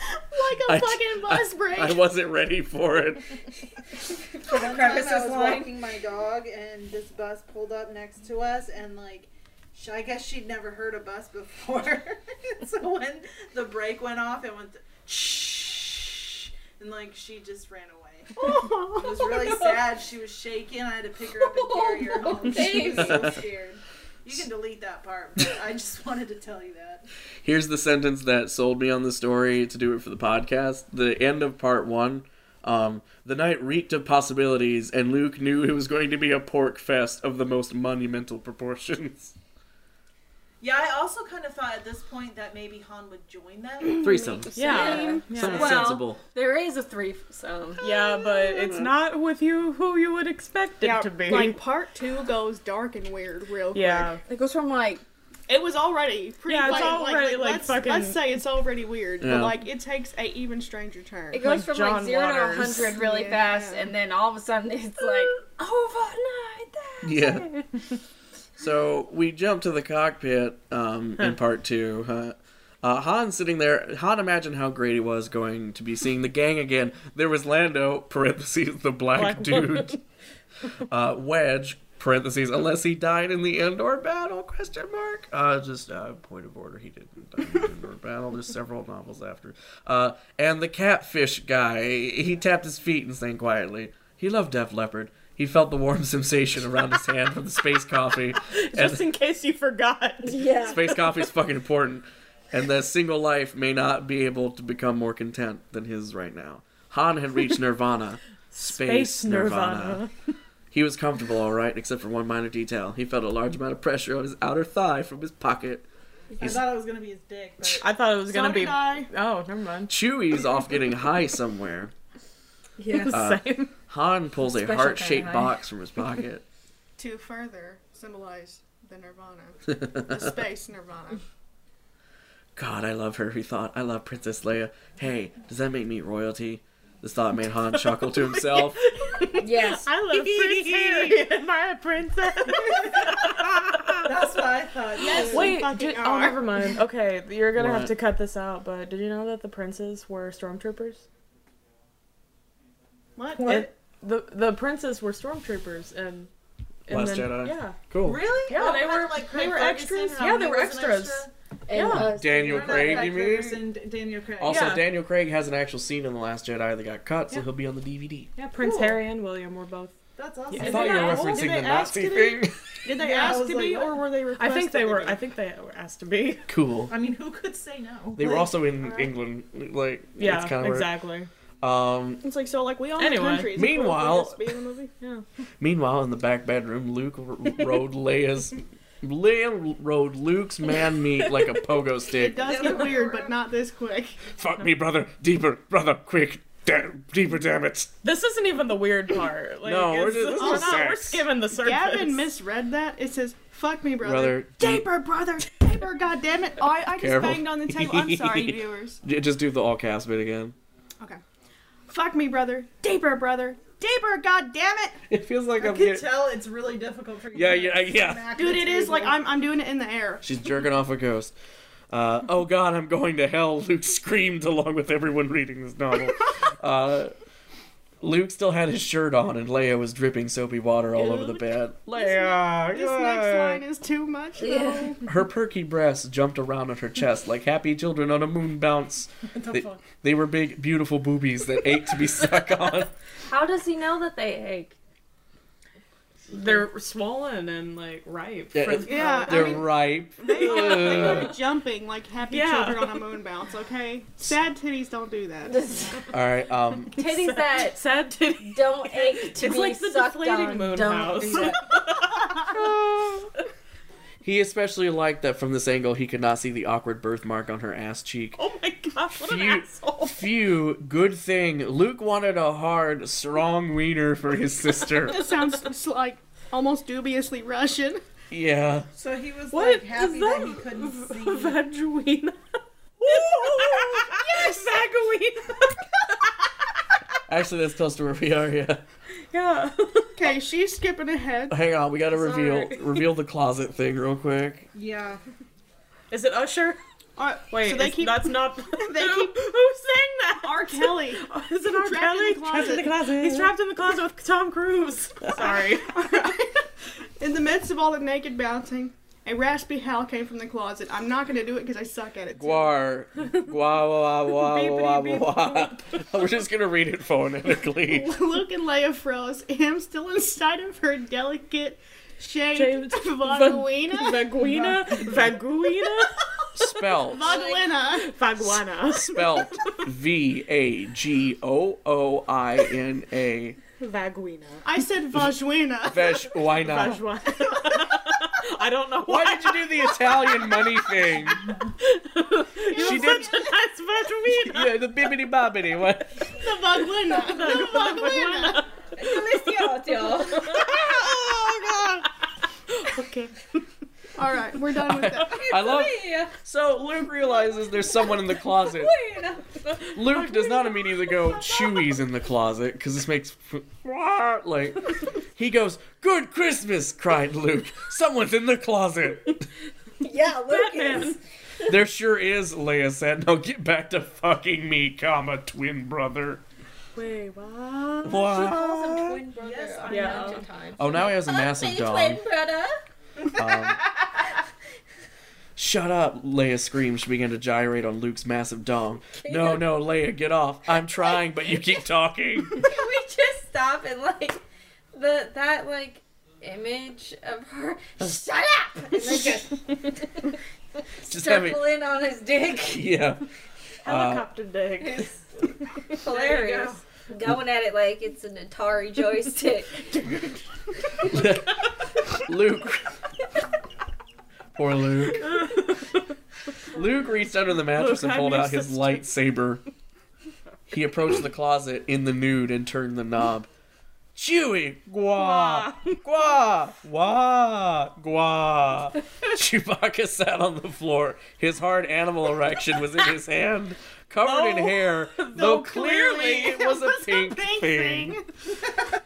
Speaker 1: I-
Speaker 3: fucking bus break.
Speaker 1: I wasn't ready for it.
Speaker 6: for the
Speaker 4: One time I
Speaker 6: crevices
Speaker 4: was
Speaker 6: line.
Speaker 4: walking my dog, and this bus pulled up next to us, and like, sh- I guess she'd never heard a bus before. so when the brake went off, it went shh, and like she just ran away. It was really sad. She was shaking. I had to pick her up
Speaker 6: Oh,
Speaker 4: and carry her home. She was so scared. You can delete that part, but I just wanted to tell you that.
Speaker 1: Here's the sentence that sold me on the story to do it for the podcast. The end of part one. Um, the night reeked of possibilities, and Luke knew it was going to be a pork fest of the most monumental proportions.
Speaker 4: Yeah, I also kind of thought at this point that maybe Han would join them.
Speaker 1: Threesome.
Speaker 2: Yeah.
Speaker 1: Someone
Speaker 2: Yeah.
Speaker 6: Well-
Speaker 1: sensible.
Speaker 6: There is a threesome.
Speaker 2: Yeah, but it's not with you who you would expect it
Speaker 3: Yeah,
Speaker 2: to be.
Speaker 3: like part two goes dark and weird real
Speaker 2: yeah.
Speaker 6: It goes from like
Speaker 3: quick. It was already pretty.
Speaker 2: Yeah, it's
Speaker 3: fucking- like,
Speaker 2: already, like,
Speaker 3: let's,
Speaker 2: fucking-
Speaker 3: Let's say it's already weird,
Speaker 1: Yeah.
Speaker 3: but like it takes a even stranger turn.
Speaker 6: it goes
Speaker 2: Like
Speaker 6: from
Speaker 2: John
Speaker 6: like zero
Speaker 2: Waters.
Speaker 6: to a hundred really
Speaker 3: Yeah.
Speaker 6: fast, and then all of a sudden it's like overnight.
Speaker 1: Yeah. so we jump to the cockpit um, in part two. Huh? Uh, Han's sitting there. Han, imagine how great it was going to be seeing the gang again. There was Lando, parentheses, the black,
Speaker 2: Black
Speaker 1: dude, uh, Wedge, parentheses, unless he died in the Endor battle, question mark. Uh, just uh, point of order, he didn't die in the Endor battle. There's several novels after. Uh, and the catfish guy, he tapped his feet and sang quietly. He loved Def Leppard. He felt the warm sensation around his hand from the space coffee. and-
Speaker 2: Just in case you forgot.
Speaker 6: Yeah.
Speaker 1: Space coffee is fucking important, and the single life may not be able to become more content than his right now. Han had reached nirvana. Space, nirvana. He was comfortable, all right, except for one minor detail. He felt a large amount of pressure on his outer thigh from his pocket.
Speaker 4: I thought it was gonna be his dick, but
Speaker 2: I thought it was
Speaker 4: so
Speaker 2: gonna be.
Speaker 4: did I.
Speaker 2: Oh, never mind.
Speaker 1: Chewie's off getting high somewhere. Uh,
Speaker 2: Same.
Speaker 1: Han pulls a
Speaker 5: Special
Speaker 1: heart shaped
Speaker 5: kind of high.
Speaker 1: box from his pocket.
Speaker 3: to further symbolize the nirvana, the space nirvana.
Speaker 1: God, I love her, he thought. I love Princess Leia. Hey, does that make me royalty? This thought made Han chuckle to himself.
Speaker 6: Yes.
Speaker 2: I love Prince Harry and my princess.
Speaker 4: that's what I thought. too.
Speaker 2: Wait,
Speaker 3: fucking
Speaker 2: did, oh,
Speaker 3: are.
Speaker 2: never mind. Okay, you're gonna
Speaker 1: What?
Speaker 2: have to cut this out. But did you know that the princes were stormtroopers?
Speaker 3: What?
Speaker 2: And the the princes were stormtroopers and. and
Speaker 1: Last
Speaker 2: then-
Speaker 1: Jedi.
Speaker 2: Yeah.
Speaker 1: Cool.
Speaker 4: Really?
Speaker 2: Yeah,
Speaker 4: Oh,
Speaker 2: they
Speaker 4: kind
Speaker 2: were-
Speaker 4: of like
Speaker 2: they
Speaker 4: Craig
Speaker 2: were
Speaker 4: Ferguson,
Speaker 2: extras.
Speaker 4: how
Speaker 2: Yeah,
Speaker 4: he
Speaker 2: they were
Speaker 4: was an
Speaker 2: extras.
Speaker 4: extra.
Speaker 6: And,
Speaker 2: Yeah.
Speaker 6: uh,
Speaker 1: Daniel
Speaker 4: Remember
Speaker 1: Craig, you
Speaker 4: Craig
Speaker 1: mean? Oh.
Speaker 4: Ferguson, D- Daniel Craig.
Speaker 1: Also,
Speaker 2: Yeah.
Speaker 1: Daniel Craig has an actual scene in The Last Jedi that got cut, so
Speaker 2: Yeah.
Speaker 1: he'll be on the DVD.
Speaker 2: Yeah, Prince
Speaker 4: Cool.
Speaker 2: Harry and William were both.
Speaker 4: that's awesome.
Speaker 2: Yeah.
Speaker 1: I
Speaker 2: Is
Speaker 1: thought
Speaker 2: it
Speaker 1: you were
Speaker 2: not old?
Speaker 1: referencing
Speaker 2: Did
Speaker 1: the
Speaker 2: they ask
Speaker 1: Nazi
Speaker 2: to be-
Speaker 1: thing.
Speaker 3: Did they
Speaker 4: Yeah, I
Speaker 3: ask
Speaker 4: was
Speaker 3: to
Speaker 4: like,
Speaker 3: be,
Speaker 4: what?
Speaker 3: or were
Speaker 2: I
Speaker 3: they requested?
Speaker 2: think they
Speaker 3: to
Speaker 2: were.
Speaker 3: be?
Speaker 2: I think they were asked to be.
Speaker 1: cool.
Speaker 4: I mean, who could say no?
Speaker 1: They were
Speaker 4: Like,
Speaker 1: also in England. Like,
Speaker 2: Yeah,
Speaker 1: that's kind of
Speaker 2: exactly.
Speaker 1: Weird. Um,
Speaker 3: It's like so, like we all
Speaker 2: Anyway.
Speaker 3: have countries. Like, wouldn't we
Speaker 1: Meanwhile-
Speaker 3: just be in the movie?
Speaker 1: meanwhile, in the back bedroom, Luke r- rode Leia's. Leia rode Luke's man meat like a pogo
Speaker 3: It
Speaker 1: stick.
Speaker 3: does get weird, but not this quick.
Speaker 1: Fuck me, brother. Deeper, brother, quick. Da- deeper, damn it.
Speaker 2: This isn't even the weird part. Like,
Speaker 1: No, we're
Speaker 2: it's-
Speaker 1: just- this
Speaker 2: we're
Speaker 1: is
Speaker 2: not-
Speaker 1: sex.
Speaker 2: We're skimming the surface.
Speaker 3: Gavin misread that. It says, "Fuck me, brother."
Speaker 1: Brother, deep-
Speaker 3: Taper, brother. Taper. God damn it! I, I just
Speaker 1: Careful.
Speaker 3: banged on the table. I'm sorry, viewers.
Speaker 1: J- Just do the all cast bit again.
Speaker 3: Okay. Fuck me, brother. Deeper, brother. Deeper. God damn it,
Speaker 1: It feels like
Speaker 4: I
Speaker 1: I'm
Speaker 4: can
Speaker 1: getting.
Speaker 4: tell it's really difficult for you.
Speaker 1: Yeah, yeah, yeah.
Speaker 3: dude. It is like I'm I'm doing it in the air.
Speaker 1: She's jerking off a ghost. Uh, oh God, I'm going to hell! Luke screamed along with everyone reading this novel. Uh, Luke still had his shirt on, and Leia was dripping soapy water all over the
Speaker 3: Dude.
Speaker 1: bed. Leia,
Speaker 3: This next line is too much. Though.
Speaker 6: Yeah.
Speaker 1: her perky breasts jumped around on her chest like happy children on a moon bounce. They, they were big, beautiful boobies that ached to be stuck on.
Speaker 6: How does he know that they ache?
Speaker 2: They're swollen and like ripe.
Speaker 1: Yeah,
Speaker 2: for-
Speaker 3: Yeah, I
Speaker 1: They're
Speaker 3: mean,
Speaker 1: ripe.
Speaker 3: they are, they are jumping like happy
Speaker 2: Yeah.
Speaker 3: children on a moon bounce. Okay, sad titties don't do that.
Speaker 1: All right, um,
Speaker 6: Titties that
Speaker 2: sad titty.
Speaker 6: don't ache to
Speaker 2: It's
Speaker 6: be
Speaker 2: like the
Speaker 6: sucked
Speaker 2: deflating
Speaker 6: on.
Speaker 2: moon
Speaker 6: don't
Speaker 2: house.
Speaker 6: do that.
Speaker 1: He especially liked that from this angle he could not see the awkward birthmark on her ass cheek.
Speaker 2: Oh my gosh, what an
Speaker 1: Phew.
Speaker 2: asshole.
Speaker 1: Phew, good thing. Luke wanted a hard, strong wiener for his sister.
Speaker 3: This sounds s- like almost dubiously Russian.
Speaker 1: yeah.
Speaker 4: So he was
Speaker 2: What
Speaker 4: like
Speaker 2: is
Speaker 4: happy that?
Speaker 2: that?
Speaker 4: he couldn't see.
Speaker 2: Vaguina. yes, Vaguina.
Speaker 1: Actually, that's close to where we are, yeah.
Speaker 2: yeah.
Speaker 3: Okay, she's skipping ahead.
Speaker 1: Hang on, we gotta reveal
Speaker 2: Sorry.
Speaker 1: reveal the closet thing real quick.
Speaker 4: Yeah.
Speaker 2: Is it Usher?
Speaker 3: Uh,
Speaker 2: Wait,
Speaker 3: so they
Speaker 2: it's-
Speaker 3: keep
Speaker 2: that's not. They who, who sang
Speaker 3: keep-
Speaker 2: that?
Speaker 3: R. Kelly.
Speaker 2: Is it R.
Speaker 3: Trapped
Speaker 2: Kelly?
Speaker 3: in the closet.
Speaker 2: closet. He's trapped in the closet with Tom Cruise. Sorry.
Speaker 3: In the midst of all the naked bouncing, a raspy howl came from the closet. I'm not gonna do it because I suck at it. too.
Speaker 1: Guar. Guar, wah, wah, wah, wah, wah. We're just gonna read it phonetically.
Speaker 3: Luke and Leia froze, him still inside of her delicate
Speaker 2: Shaved
Speaker 3: shaved vagina.
Speaker 2: Vaguina. Vaguina.
Speaker 1: Spelled.
Speaker 3: Vagina.
Speaker 2: Vaguana.
Speaker 1: Spelled V A G O O I N A.
Speaker 2: Vaguina.
Speaker 3: I said vagina.
Speaker 1: Vesh, why not?
Speaker 2: Vaguana. I don't know
Speaker 1: Why
Speaker 2: why.
Speaker 1: did you do the Italian money thing?
Speaker 2: she
Speaker 1: did-
Speaker 2: did such a nice Vaginia.
Speaker 1: Yeah, the bibbity bobbity. What?
Speaker 3: The Vaglina. The Vaglina.
Speaker 6: Felicioso.
Speaker 3: Okay. All right, we're done with that.
Speaker 1: I love. So Luke realizes there's someone in the closet. Luke does not immediately go, Chewie's in the closet, because this makes. Like. He goes, Good Christmas! cried Luke. Someone's in the closet.
Speaker 6: yeah, Lucas.
Speaker 2: Batman.
Speaker 1: There sure is, Leia said. Now get back to fucking me, comma, twin brother.
Speaker 2: Wait, what?
Speaker 1: Wow.
Speaker 6: Calls him twin brother
Speaker 4: Yes,
Speaker 6: a
Speaker 4: I
Speaker 2: know.
Speaker 6: bunch of times.
Speaker 1: Oh, now he has a massive
Speaker 6: Hey,
Speaker 1: dog.
Speaker 6: twin brother.
Speaker 1: Um, Shut up, Leia screamed. She began to gyrate on Luke's massive dong. No, no, Leia, get off. I'm trying, but you keep talking.
Speaker 5: Can we just stop and like the that like image of her shut up and then just
Speaker 1: Just having.
Speaker 5: circle in on his dick
Speaker 1: Yeah. Uh,
Speaker 2: Helicopter dick.
Speaker 5: is hilarious. Going at it like it's an Atari joystick.
Speaker 1: Luke. Poor Luke. Luke reached under the mattress
Speaker 2: Luke,
Speaker 1: and
Speaker 2: I'm
Speaker 1: pulled
Speaker 2: your
Speaker 1: out his
Speaker 2: sister.
Speaker 1: lightsaber. He approached the closet in the nude and turned the knob. Chewie! Gwa! Gwa! Wah! Gwa! Chewbacca sat on the floor. His hard animal erection was in his hand, covered in
Speaker 2: Though-
Speaker 1: hair, though, clearly it was a pink thing.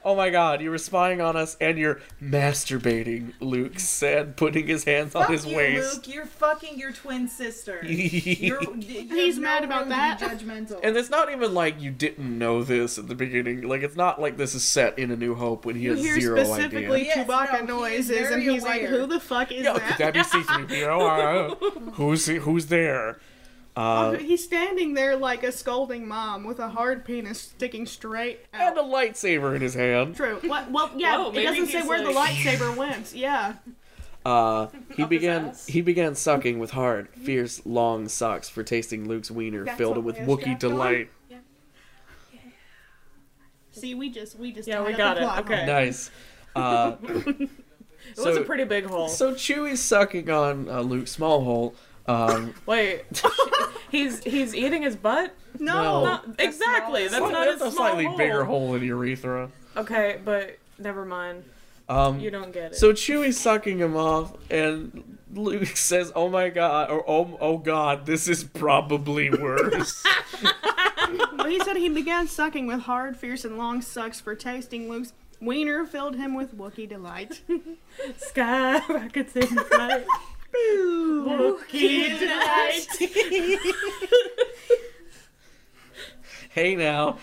Speaker 1: Oh my god, you were spying on us and you're masturbating, Luke said, putting his hands on
Speaker 4: Fuck
Speaker 1: his
Speaker 4: you,
Speaker 1: waist.
Speaker 4: Luke. You're fucking your twin sister. You're, you have
Speaker 3: He's
Speaker 4: no
Speaker 3: mad about
Speaker 4: room to be
Speaker 3: that.
Speaker 4: Judgmental.
Speaker 1: and it's not even like you didn't know this at the beginning. Like, it's not like this is set in A New Hope when he
Speaker 3: You
Speaker 1: has
Speaker 3: hear
Speaker 1: zero
Speaker 3: specifically
Speaker 1: idea.
Speaker 4: idea. Yes,
Speaker 3: Chewbacca
Speaker 4: no, he is
Speaker 3: noises, and
Speaker 4: very
Speaker 3: he's like,
Speaker 4: aware.
Speaker 3: "Who the fuck is
Speaker 1: Yo, could that
Speaker 3: that?"
Speaker 1: be C3PO? Uh, who's, who's there?
Speaker 3: Oh,
Speaker 1: Uh,
Speaker 3: he's standing there like a scolding mom with a hard penis sticking straight
Speaker 1: and
Speaker 3: out.
Speaker 1: a lightsaber in his hand.
Speaker 3: True. What? Well, yeah.
Speaker 2: Whoa,
Speaker 3: it
Speaker 2: maybe
Speaker 3: doesn't say
Speaker 2: he's
Speaker 3: where
Speaker 2: like-
Speaker 3: the lightsaber went. Yeah.
Speaker 1: Uh, he began
Speaker 2: ass.
Speaker 1: he began sucking with hard, fierce, long sucks for tasting Luke's wiener,
Speaker 3: That's
Speaker 1: filled
Speaker 3: what
Speaker 1: with
Speaker 3: Leia's
Speaker 1: Wookiee
Speaker 3: got going.
Speaker 1: delight.
Speaker 3: See, we just we just
Speaker 2: Yeah,
Speaker 3: tied
Speaker 2: we
Speaker 3: up
Speaker 2: got
Speaker 3: the
Speaker 2: it.
Speaker 3: plot
Speaker 2: Okay.
Speaker 3: hole.
Speaker 1: Nice. Uh,
Speaker 2: It was
Speaker 1: So-
Speaker 2: a pretty big hole.
Speaker 1: So Chewie's sucking on uh, Luke Smallhole. Um,
Speaker 2: Wait, he's he's eating his butt.
Speaker 3: No.
Speaker 1: No.
Speaker 2: Not- exactly. That's
Speaker 1: sli-
Speaker 2: not
Speaker 1: Oh. that's
Speaker 2: a,
Speaker 1: a
Speaker 2: small
Speaker 1: slightly
Speaker 2: hole.
Speaker 1: bigger hole in the urethra.
Speaker 2: Okay, but never mind.
Speaker 1: Um,
Speaker 2: You don't get it.
Speaker 1: so Chewie's sucking him off, and Luke says, "Oh my god," or "Oh, oh god, this is probably worse."
Speaker 3: Well, he said he began sucking with hard, fierce, and long sucks for tasting Luke's wiener filled him with Wookiee delight.
Speaker 2: sky rockets in the night. Wookiee delight.
Speaker 1: hey now,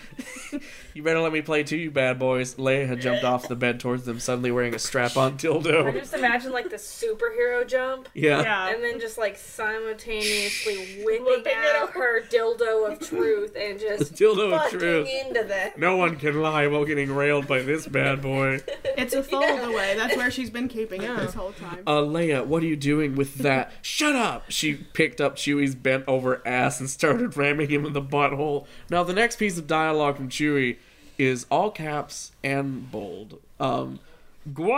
Speaker 1: you better let me play too, you bad boys. Leia had jumped off the bed towards them, suddenly wearing a strap-on
Speaker 5: I
Speaker 1: dildo.
Speaker 5: just imagine like the superhero jump
Speaker 1: Yeah.
Speaker 2: Yeah.
Speaker 5: and then just like simultaneously whipping
Speaker 2: Whipping it
Speaker 5: out her dildo of truth and just
Speaker 1: Dildo of
Speaker 5: fucking
Speaker 1: truth.
Speaker 5: into that.
Speaker 1: No one can lie while getting railed by this bad boy.
Speaker 3: It's a fold away. That's where she's been keeping it this whole time.
Speaker 1: uh, Leia, what are you doing with that? Shut up! She picked up Chewie's bent over ass and started ramming him in the butthole. Now, the next piece of dialogue from Chewie is all caps and bold. Um, Gwa!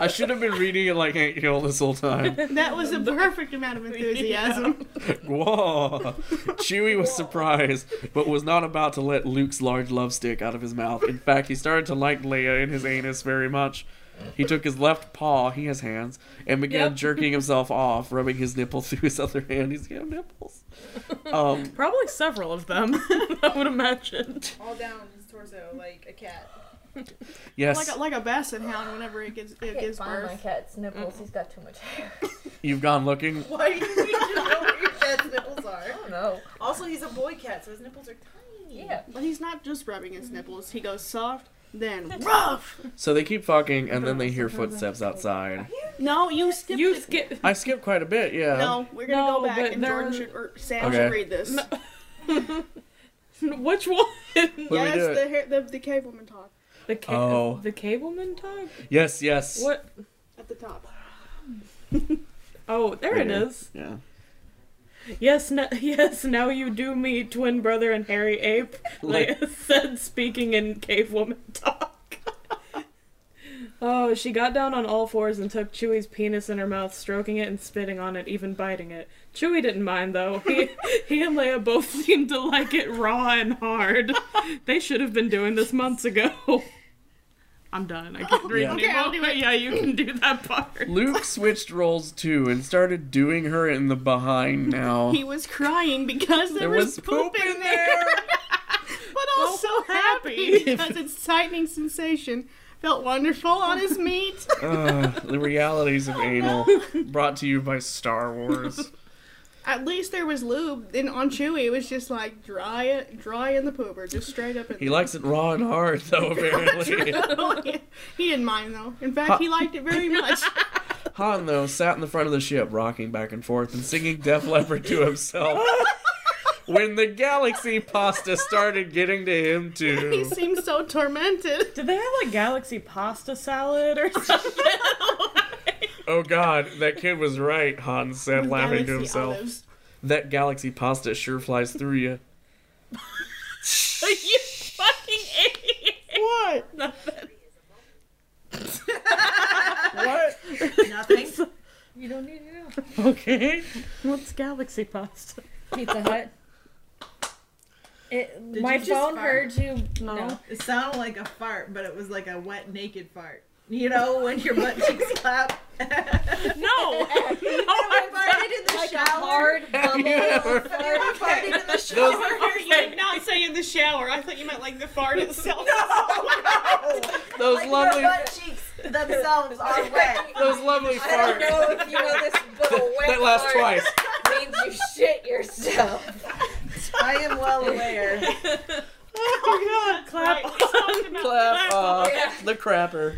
Speaker 1: I should have been reading it like Hank Hill this whole time.
Speaker 3: That was the perfect amount of enthusiasm.
Speaker 1: Whoa! Chewie was surprised, but was not about to let Luke's large love stick out of his mouth. In fact, he started to like Leia in his anus very much. He took his left paw, he has hands, and began
Speaker 2: Yep.
Speaker 1: jerking himself off, rubbing his nipple through his other hand. He's got nipples. Um,
Speaker 2: Probably several of them. I would imagine.
Speaker 4: All down his torso like a cat.
Speaker 1: yes,
Speaker 3: Like a, like a basset hound whenever it gives it gives birth.
Speaker 5: cat's nipples. He's got too much hair.
Speaker 1: you've gone looking.
Speaker 4: Why do you need to know where your cat's nipples are?
Speaker 5: No.
Speaker 4: Also, he's a boy cat, so his nipples are tiny.
Speaker 5: Yeah.
Speaker 3: But he's not just rubbing his nipples. He goes soft, then rough.
Speaker 1: So they keep fucking, and then they hear footsteps outside.
Speaker 3: No, you skipped
Speaker 2: You
Speaker 3: it.
Speaker 2: skip.
Speaker 1: I skipped quite a bit, yeah.
Speaker 3: No, we're gonna
Speaker 2: No,
Speaker 3: go back
Speaker 2: but
Speaker 3: and Jordan
Speaker 2: there-
Speaker 3: should or Sam
Speaker 1: Okay.
Speaker 3: should read this.
Speaker 2: No. Which one?
Speaker 1: Let me do
Speaker 3: yes,
Speaker 1: it.
Speaker 3: the, hair- the the cave woman talk
Speaker 2: The ca-
Speaker 1: Oh.
Speaker 2: the cableman talk.
Speaker 1: Yes, yes.
Speaker 2: What?
Speaker 3: at the top.
Speaker 2: Oh, there it
Speaker 1: Yeah.
Speaker 2: is.
Speaker 1: Yeah.
Speaker 2: Yes, no, yes. Now you do me, twin brother and hairy ape.
Speaker 1: Like-
Speaker 2: Leia said, speaking in cavewoman talk.
Speaker 7: Oh, she got down on all fours and took Chewie's penis in her mouth, stroking it and spitting on it, even biting it. Chewie didn't mind though. He, he and Leia both seemed to like it raw and hard. They should have been doing this months ago. I'm done. I can't read
Speaker 1: Yeah.
Speaker 7: anymore. But yeah, you can do that part.
Speaker 1: Luke switched roles too and started doing her in the behind now.
Speaker 3: He was crying because there,
Speaker 1: there
Speaker 3: was,
Speaker 1: was poop in there.
Speaker 3: but also happy because its tightening sensation felt wonderful on his meat.
Speaker 1: Ugh, the realities of anal. Brought to you by Star Wars.
Speaker 3: At least there was lube. And on Chewy, it was just like dry it, dry in the pooper, just straight up. In
Speaker 1: He likes it raw and hard though, apparently.
Speaker 3: he, didn't mind though. In fact, he liked it very much.
Speaker 1: Han though sat in the front of the ship, rocking back and forth and singing Def Leppard to himself. when the galaxy pasta started getting to him
Speaker 3: he
Speaker 1: too.
Speaker 3: seemed so tormented.
Speaker 7: Did they have like galaxy pasta salad or something?
Speaker 1: Oh god, that kid was right, Han said, laughing
Speaker 3: Galaxy
Speaker 1: to himself.
Speaker 3: olives.
Speaker 1: That galaxy pasta sure flies through you.
Speaker 7: you fucking idiot!
Speaker 3: What?
Speaker 1: What?
Speaker 4: Nothing.
Speaker 5: You don't need to know.
Speaker 1: Okay.
Speaker 7: What's galaxy pasta?
Speaker 5: Pizza Hut. It,
Speaker 4: Did
Speaker 5: my
Speaker 4: you just
Speaker 5: phone
Speaker 4: fart?
Speaker 5: heard you. No.
Speaker 4: It sounded like a fart, but it was like a wet, naked fart. You know, when your butt cheeks clap.
Speaker 7: No!
Speaker 4: I farted in the shower.
Speaker 5: Hard bubble.
Speaker 4: I farted in the shower.
Speaker 3: You did not say in the shower. I thought you meant like the fart itself.
Speaker 1: Those
Speaker 4: Like
Speaker 1: lovely
Speaker 4: your butt cheeks themselves are wet.
Speaker 1: those lovely
Speaker 6: I don't
Speaker 1: farts.
Speaker 6: know if you know this, but a wet
Speaker 1: That lasts
Speaker 6: fart
Speaker 1: twice.
Speaker 6: means you shit yourself.
Speaker 4: I am well aware.
Speaker 7: Oh god, clap
Speaker 1: Clap off the crapper.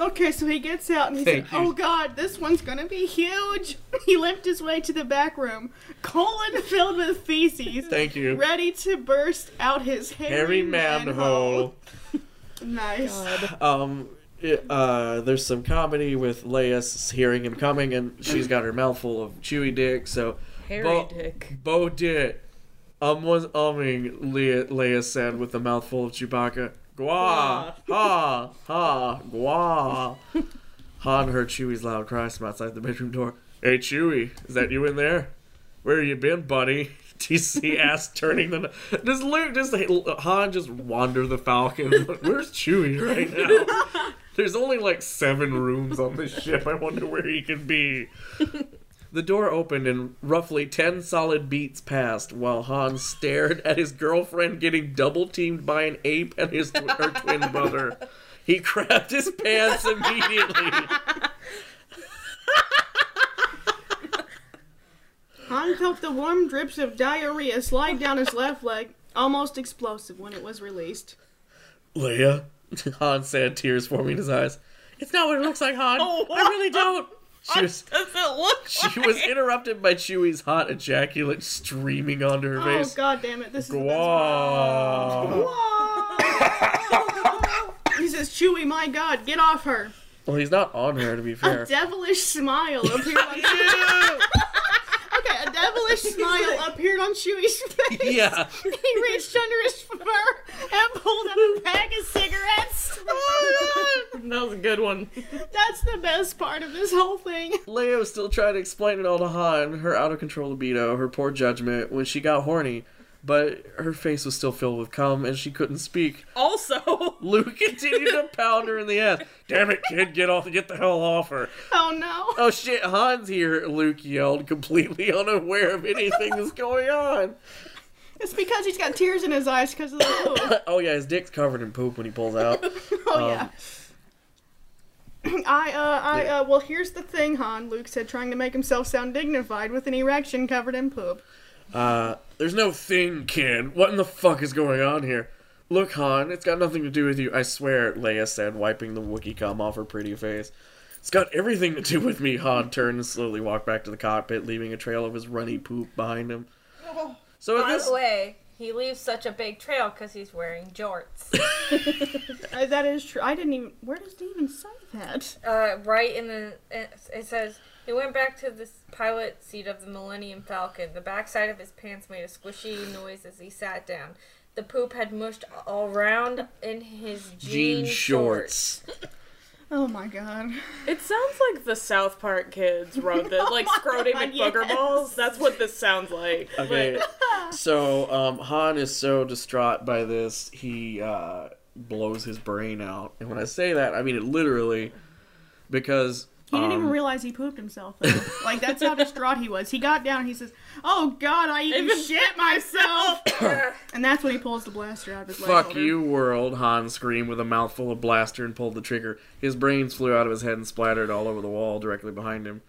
Speaker 3: Okay, so he gets out and he's
Speaker 1: Thank
Speaker 3: like,
Speaker 1: you.
Speaker 3: "Oh God, this one's gonna be huge." He limped his way to the back room, colon filled with feces,
Speaker 1: Thank you.
Speaker 3: ready to burst out his hairy,
Speaker 1: Hairy manhole.
Speaker 3: Nice.
Speaker 1: Um, it- uh, there's some comedy with Leia s- hearing him coming, and she's got her mouth full of chewy dick. So,
Speaker 7: Hairy
Speaker 1: Bo-
Speaker 7: dick.
Speaker 1: Bo did. Um was umming. Leia, Leia said with a mouthful of Chewbacca. Gua ha ha gua. Han heard Chewie's loud cries from outside the bedroom door. Hey Chewie, is that you in there? Where you been, buddy? DC asked, turning the. Does Luke just Han just wander the Falcon? Where's Chewie right now? There's only like seven rooms on this ship. I wonder where he could be. The door opened and roughly 10 solid beats passed while Han stared at his girlfriend getting double teamed by an ape and his tw- her twin brother. He crapped his pants immediately.
Speaker 3: Han felt the warm drips of diarrhea slide down his left leg, almost explosive when it was released.
Speaker 1: Leia, Han said, tears forming in his eyes. It's not what it looks like, Han.
Speaker 3: Oh,
Speaker 1: I really don't. She was,
Speaker 7: Does it look
Speaker 1: she was interrupted by Chewie's hot ejaculate streaming onto her
Speaker 3: Oh
Speaker 1: face.
Speaker 3: God damn it! This is the best
Speaker 1: Wow.
Speaker 3: part. He says, "Chewie, my God, get off her!"
Speaker 1: Well, he's not on her, to be
Speaker 3: A
Speaker 1: fair.
Speaker 3: devilish smile appeared on. okay, a devilish smile appeared on Chewie's face.
Speaker 1: yeah.
Speaker 3: He reached under his fur and pulled out a pack of cigarettes.
Speaker 7: That was a good one.
Speaker 3: That's the best part of this whole thing.
Speaker 1: Leia was still trying to explain it all to Han, her out of control libido, her poor judgment, when she got horny, but her face was still filled with cum and she couldn't speak.
Speaker 7: Also,
Speaker 1: Luke continued to pound her in the ass. Damn it, kid, get off get the hell off her.
Speaker 3: Oh no.
Speaker 1: Oh shit, Han's here, Luke yelled, completely unaware of anything that's going on.
Speaker 3: It's because he's got tears in his eyes because of the food.
Speaker 1: Oh yeah, his dick's covered in poop when he pulls out.
Speaker 3: Oh yeah. I uh I uh well here's the thing, Han, Luke said, trying to make himself sound dignified with an erection covered in poop.
Speaker 1: Uh, there's no thing, kid. What in the fuck is going on here? Look, Han, it's got nothing to do with you, I swear, Leia said, wiping the Wookiee cum off her pretty face. It's got everything to do with me, Han turned and slowly walked back to the cockpit, leaving a trail of his runny poop behind him. So at
Speaker 5: By
Speaker 1: this
Speaker 5: the way, he leaves such a big trail because he's wearing jorts.
Speaker 3: Uh, that is true. I didn't even where does it even say that?
Speaker 5: Uh, right in the it, it says he went back to the pilot seat of the Millennium Falcon. The backside of his pants made a squishy noise as he sat down. The poop had mushed all round in his
Speaker 1: Jean
Speaker 5: jean,
Speaker 1: shorts.
Speaker 3: Oh my god.
Speaker 7: It sounds like the South Park kids wrote this, like scrotum and
Speaker 3: Oh yes.
Speaker 7: booger balls. That's what this sounds like.
Speaker 1: Okay. so um, Han is so distraught by this, he uh, blows his brain out. And when I say that, I mean it literally, because
Speaker 3: He didn't even
Speaker 1: um,
Speaker 3: realize he pooped himself. Though. like that's how distraught he was. He got down and he says, "Oh God, I even shit myself." and that's when he pulls the blaster out of his left
Speaker 1: Fuck
Speaker 3: shoulder.
Speaker 1: you, world! Han screamed with a mouthful of blaster and pulled the trigger. His brains flew out of his head and splattered all over the wall directly behind him.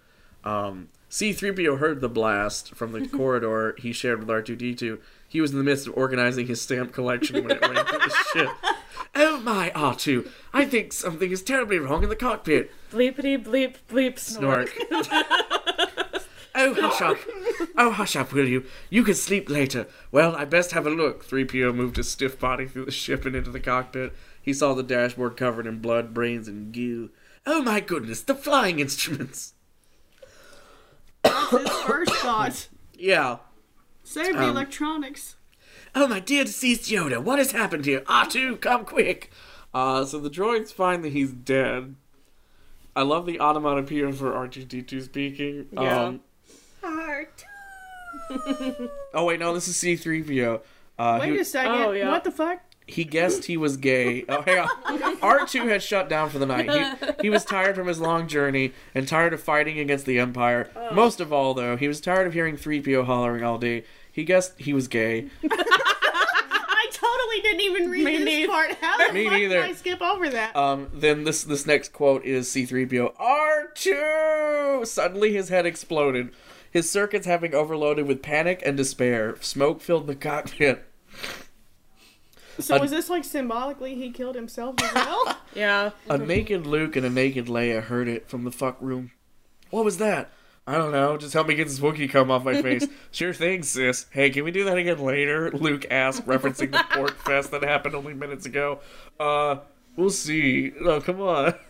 Speaker 1: Um, C-3PO heard the blast from the corridor he shared with R2-D2. He was in the midst of organizing his stamp collection when it ran to the ship. Oh my, R2! I think something is terribly wrong in the cockpit.
Speaker 7: Bleepity bleep bleep snort.
Speaker 1: Snork. oh, hush up. Oh, hush up, will you? You can sleep later. Well, I best have a look. 3PO moved his stiff body through the ship and into the cockpit. He saw the dashboard covered in blood, brains, and goo. Oh my goodness, the flying instruments.
Speaker 3: That's his first thought.
Speaker 1: Yeah.
Speaker 3: Save the electronics.
Speaker 1: Oh my dear deceased Yoda, what has happened here? R2, come quick. Uh, so the droids find that he's dead. I love the onomatopoeia for R2D2 speaking.
Speaker 7: Yeah.
Speaker 1: Um, oh wait, no, this is C3PO. Uh,
Speaker 3: Wait
Speaker 1: who-
Speaker 3: a second.
Speaker 7: Oh, yeah.
Speaker 3: What the fuck?
Speaker 1: he guessed he was gay. Oh, hang on. R2 had shut down for the night. He, he was tired from his long journey and tired of fighting against the Empire. Most of all, though, he was tired of hearing 3PO hollering all day. He guessed he was gay.
Speaker 3: I totally didn't even read
Speaker 7: Me
Speaker 3: this
Speaker 7: neither.
Speaker 3: part. How the
Speaker 1: Me
Speaker 3: fuck did
Speaker 1: neither.
Speaker 3: I skip over that?
Speaker 1: Um, then this this next quote is C3PO R2. Suddenly his head exploded. His circuits having overloaded with panic and despair. Smoke filled the cockpit.
Speaker 3: so
Speaker 1: un-
Speaker 3: was this like symbolically he killed himself as well?
Speaker 7: Yeah.
Speaker 1: A naked Luke and a naked Leia heard it from the fuck room. What was that? I don't know. Just help me get this Wookiee cum off my face. sure thing, sis. Hey, can we do that again later? Luke asked, referencing the port fest that happened only minutes ago. Uh, we'll see. Oh, come on.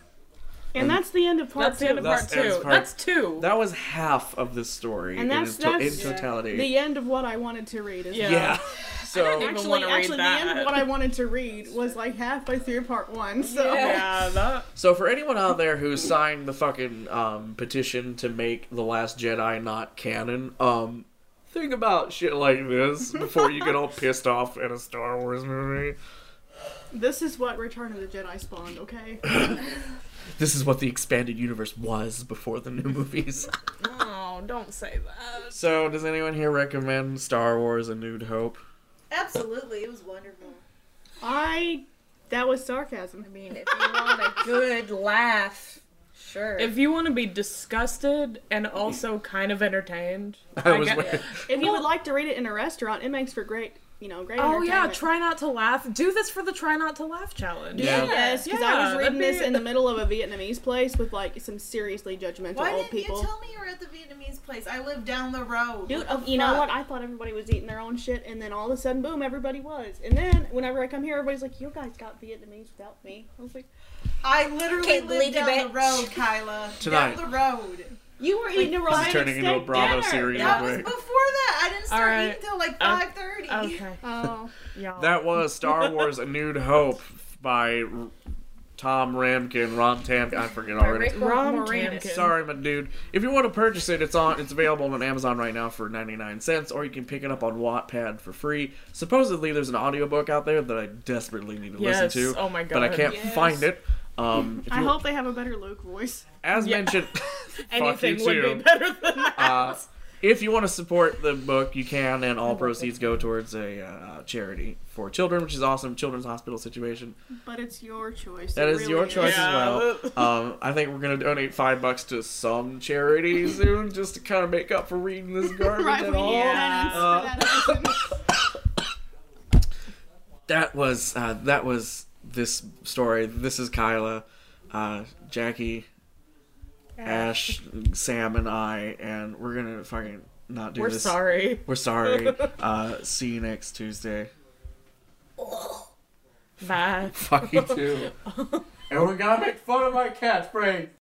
Speaker 1: Um,
Speaker 3: and that's the end of part
Speaker 7: That's the end of
Speaker 3: two.
Speaker 7: part
Speaker 1: That's the end
Speaker 7: two.
Speaker 1: of part-
Speaker 7: That's two.
Speaker 1: That was half of this story
Speaker 3: And
Speaker 1: in,
Speaker 3: that's-
Speaker 1: its to-
Speaker 3: that's-
Speaker 1: in totality.
Speaker 3: The end of what I wanted to read. Is
Speaker 7: Yeah.
Speaker 1: yeah. So,
Speaker 7: even
Speaker 3: Actually,
Speaker 7: wanna read
Speaker 3: actually, the end
Speaker 7: that.
Speaker 3: of what I wanted to read was like halfway through part one. So
Speaker 7: Yeah, that.
Speaker 1: so for anyone out there who signed the fucking um, petition to make The Last Jedi not canon, um, think about shit like this before you get all pissed off at a Star Wars movie.
Speaker 3: this is what Return of the Jedi spawned. Okay.
Speaker 1: This is what the expanded universe was before the new movies.
Speaker 7: Oh, don't say that.
Speaker 1: so, does anyone here recommend Star Wars: A New Hope?
Speaker 4: Absolutely, it was wonderful.
Speaker 3: I. That was sarcasm. I mean,
Speaker 6: If you want a good laugh, sure.
Speaker 7: If you want to be disgusted and also kind of entertained,
Speaker 1: I was
Speaker 7: get-
Speaker 1: waiting-
Speaker 3: if you would like to read it in a restaurant, it makes for great, you know, great.
Speaker 7: Oh yeah,
Speaker 3: entertainment.
Speaker 7: try not to laugh. Do this for the try not to laugh challenge.
Speaker 1: Yeah.
Speaker 3: Yes, because
Speaker 7: Yeah,
Speaker 3: I was
Speaker 7: that'd
Speaker 3: reading this
Speaker 7: be-
Speaker 3: in the middle of a Vietnamese place with like some seriously judgmental
Speaker 4: Why
Speaker 3: old
Speaker 4: didn't
Speaker 3: people.
Speaker 4: you tell me you were at the Vietnamese place? I live down the road.
Speaker 3: Dude,
Speaker 4: What the
Speaker 3: you know
Speaker 4: fuck?
Speaker 3: what? I thought everybody was eating their own shit, and then all of a sudden, boom, everybody was. And then whenever I come here, everybody's like, "You guys got Vietnamese without me." I was like,
Speaker 4: I literally
Speaker 6: Can't
Speaker 4: live
Speaker 6: believe
Speaker 4: down
Speaker 6: it,
Speaker 4: the road, Kyla.
Speaker 1: Tonight.
Speaker 4: Down the road.
Speaker 3: "You were eating a raw
Speaker 1: This is turning into a Bravo series.
Speaker 4: That was
Speaker 1: Right.
Speaker 4: before that. I didn't start
Speaker 7: Alright.
Speaker 4: eating until
Speaker 6: Oh,
Speaker 4: like
Speaker 7: Uh,
Speaker 4: five thirty.
Speaker 7: Okay.
Speaker 3: Oh,
Speaker 7: Yeah.
Speaker 1: That was Star Wars: A New Hope by R- Tom Ramkin, Ron Tam. I forget already.
Speaker 7: Rom
Speaker 5: Moranis.
Speaker 7: Tamkin.
Speaker 1: Sorry, my dude. If you want to purchase it, it's on. It's available on Amazon right now for ninety nine cents, or you can pick it up on Wattpad for free. Supposedly, there's an audiobook out there that I desperately need to
Speaker 7: Yes.
Speaker 1: listen to,
Speaker 7: Oh my god.
Speaker 1: but I can't find it. Um, if
Speaker 3: I
Speaker 1: you-
Speaker 3: hope they have a better Luke voice.
Speaker 1: as
Speaker 7: Yeah.
Speaker 1: mentioned, fuck you
Speaker 7: Anything would
Speaker 1: too.
Speaker 7: be better than that.
Speaker 1: Uh, if you want to support the book, you can, and all proceeds go towards a uh, charity for children, which is awesome. Children's hospital situation.
Speaker 3: But it's your choice.
Speaker 1: That
Speaker 3: It
Speaker 1: is
Speaker 3: really
Speaker 1: your choice
Speaker 7: Yeah.
Speaker 1: as well. Um, I think we're gonna donate five bucks to some charity soon, just to kind of make up for reading this garbage
Speaker 3: Right, we
Speaker 1: at
Speaker 3: need
Speaker 1: all.
Speaker 3: pennies
Speaker 1: Uh,
Speaker 3: for that. episode.
Speaker 1: That was uh, that was this story. This is Kyla, uh, Jackie, Ash, Sam, and I, and we're gonna fucking not do
Speaker 7: We're
Speaker 1: this.
Speaker 7: sorry.
Speaker 1: We're sorry. uh, see you next Tuesday.
Speaker 7: Bye.
Speaker 1: Fuck you too. and we're gonna make fun of my catchphrase.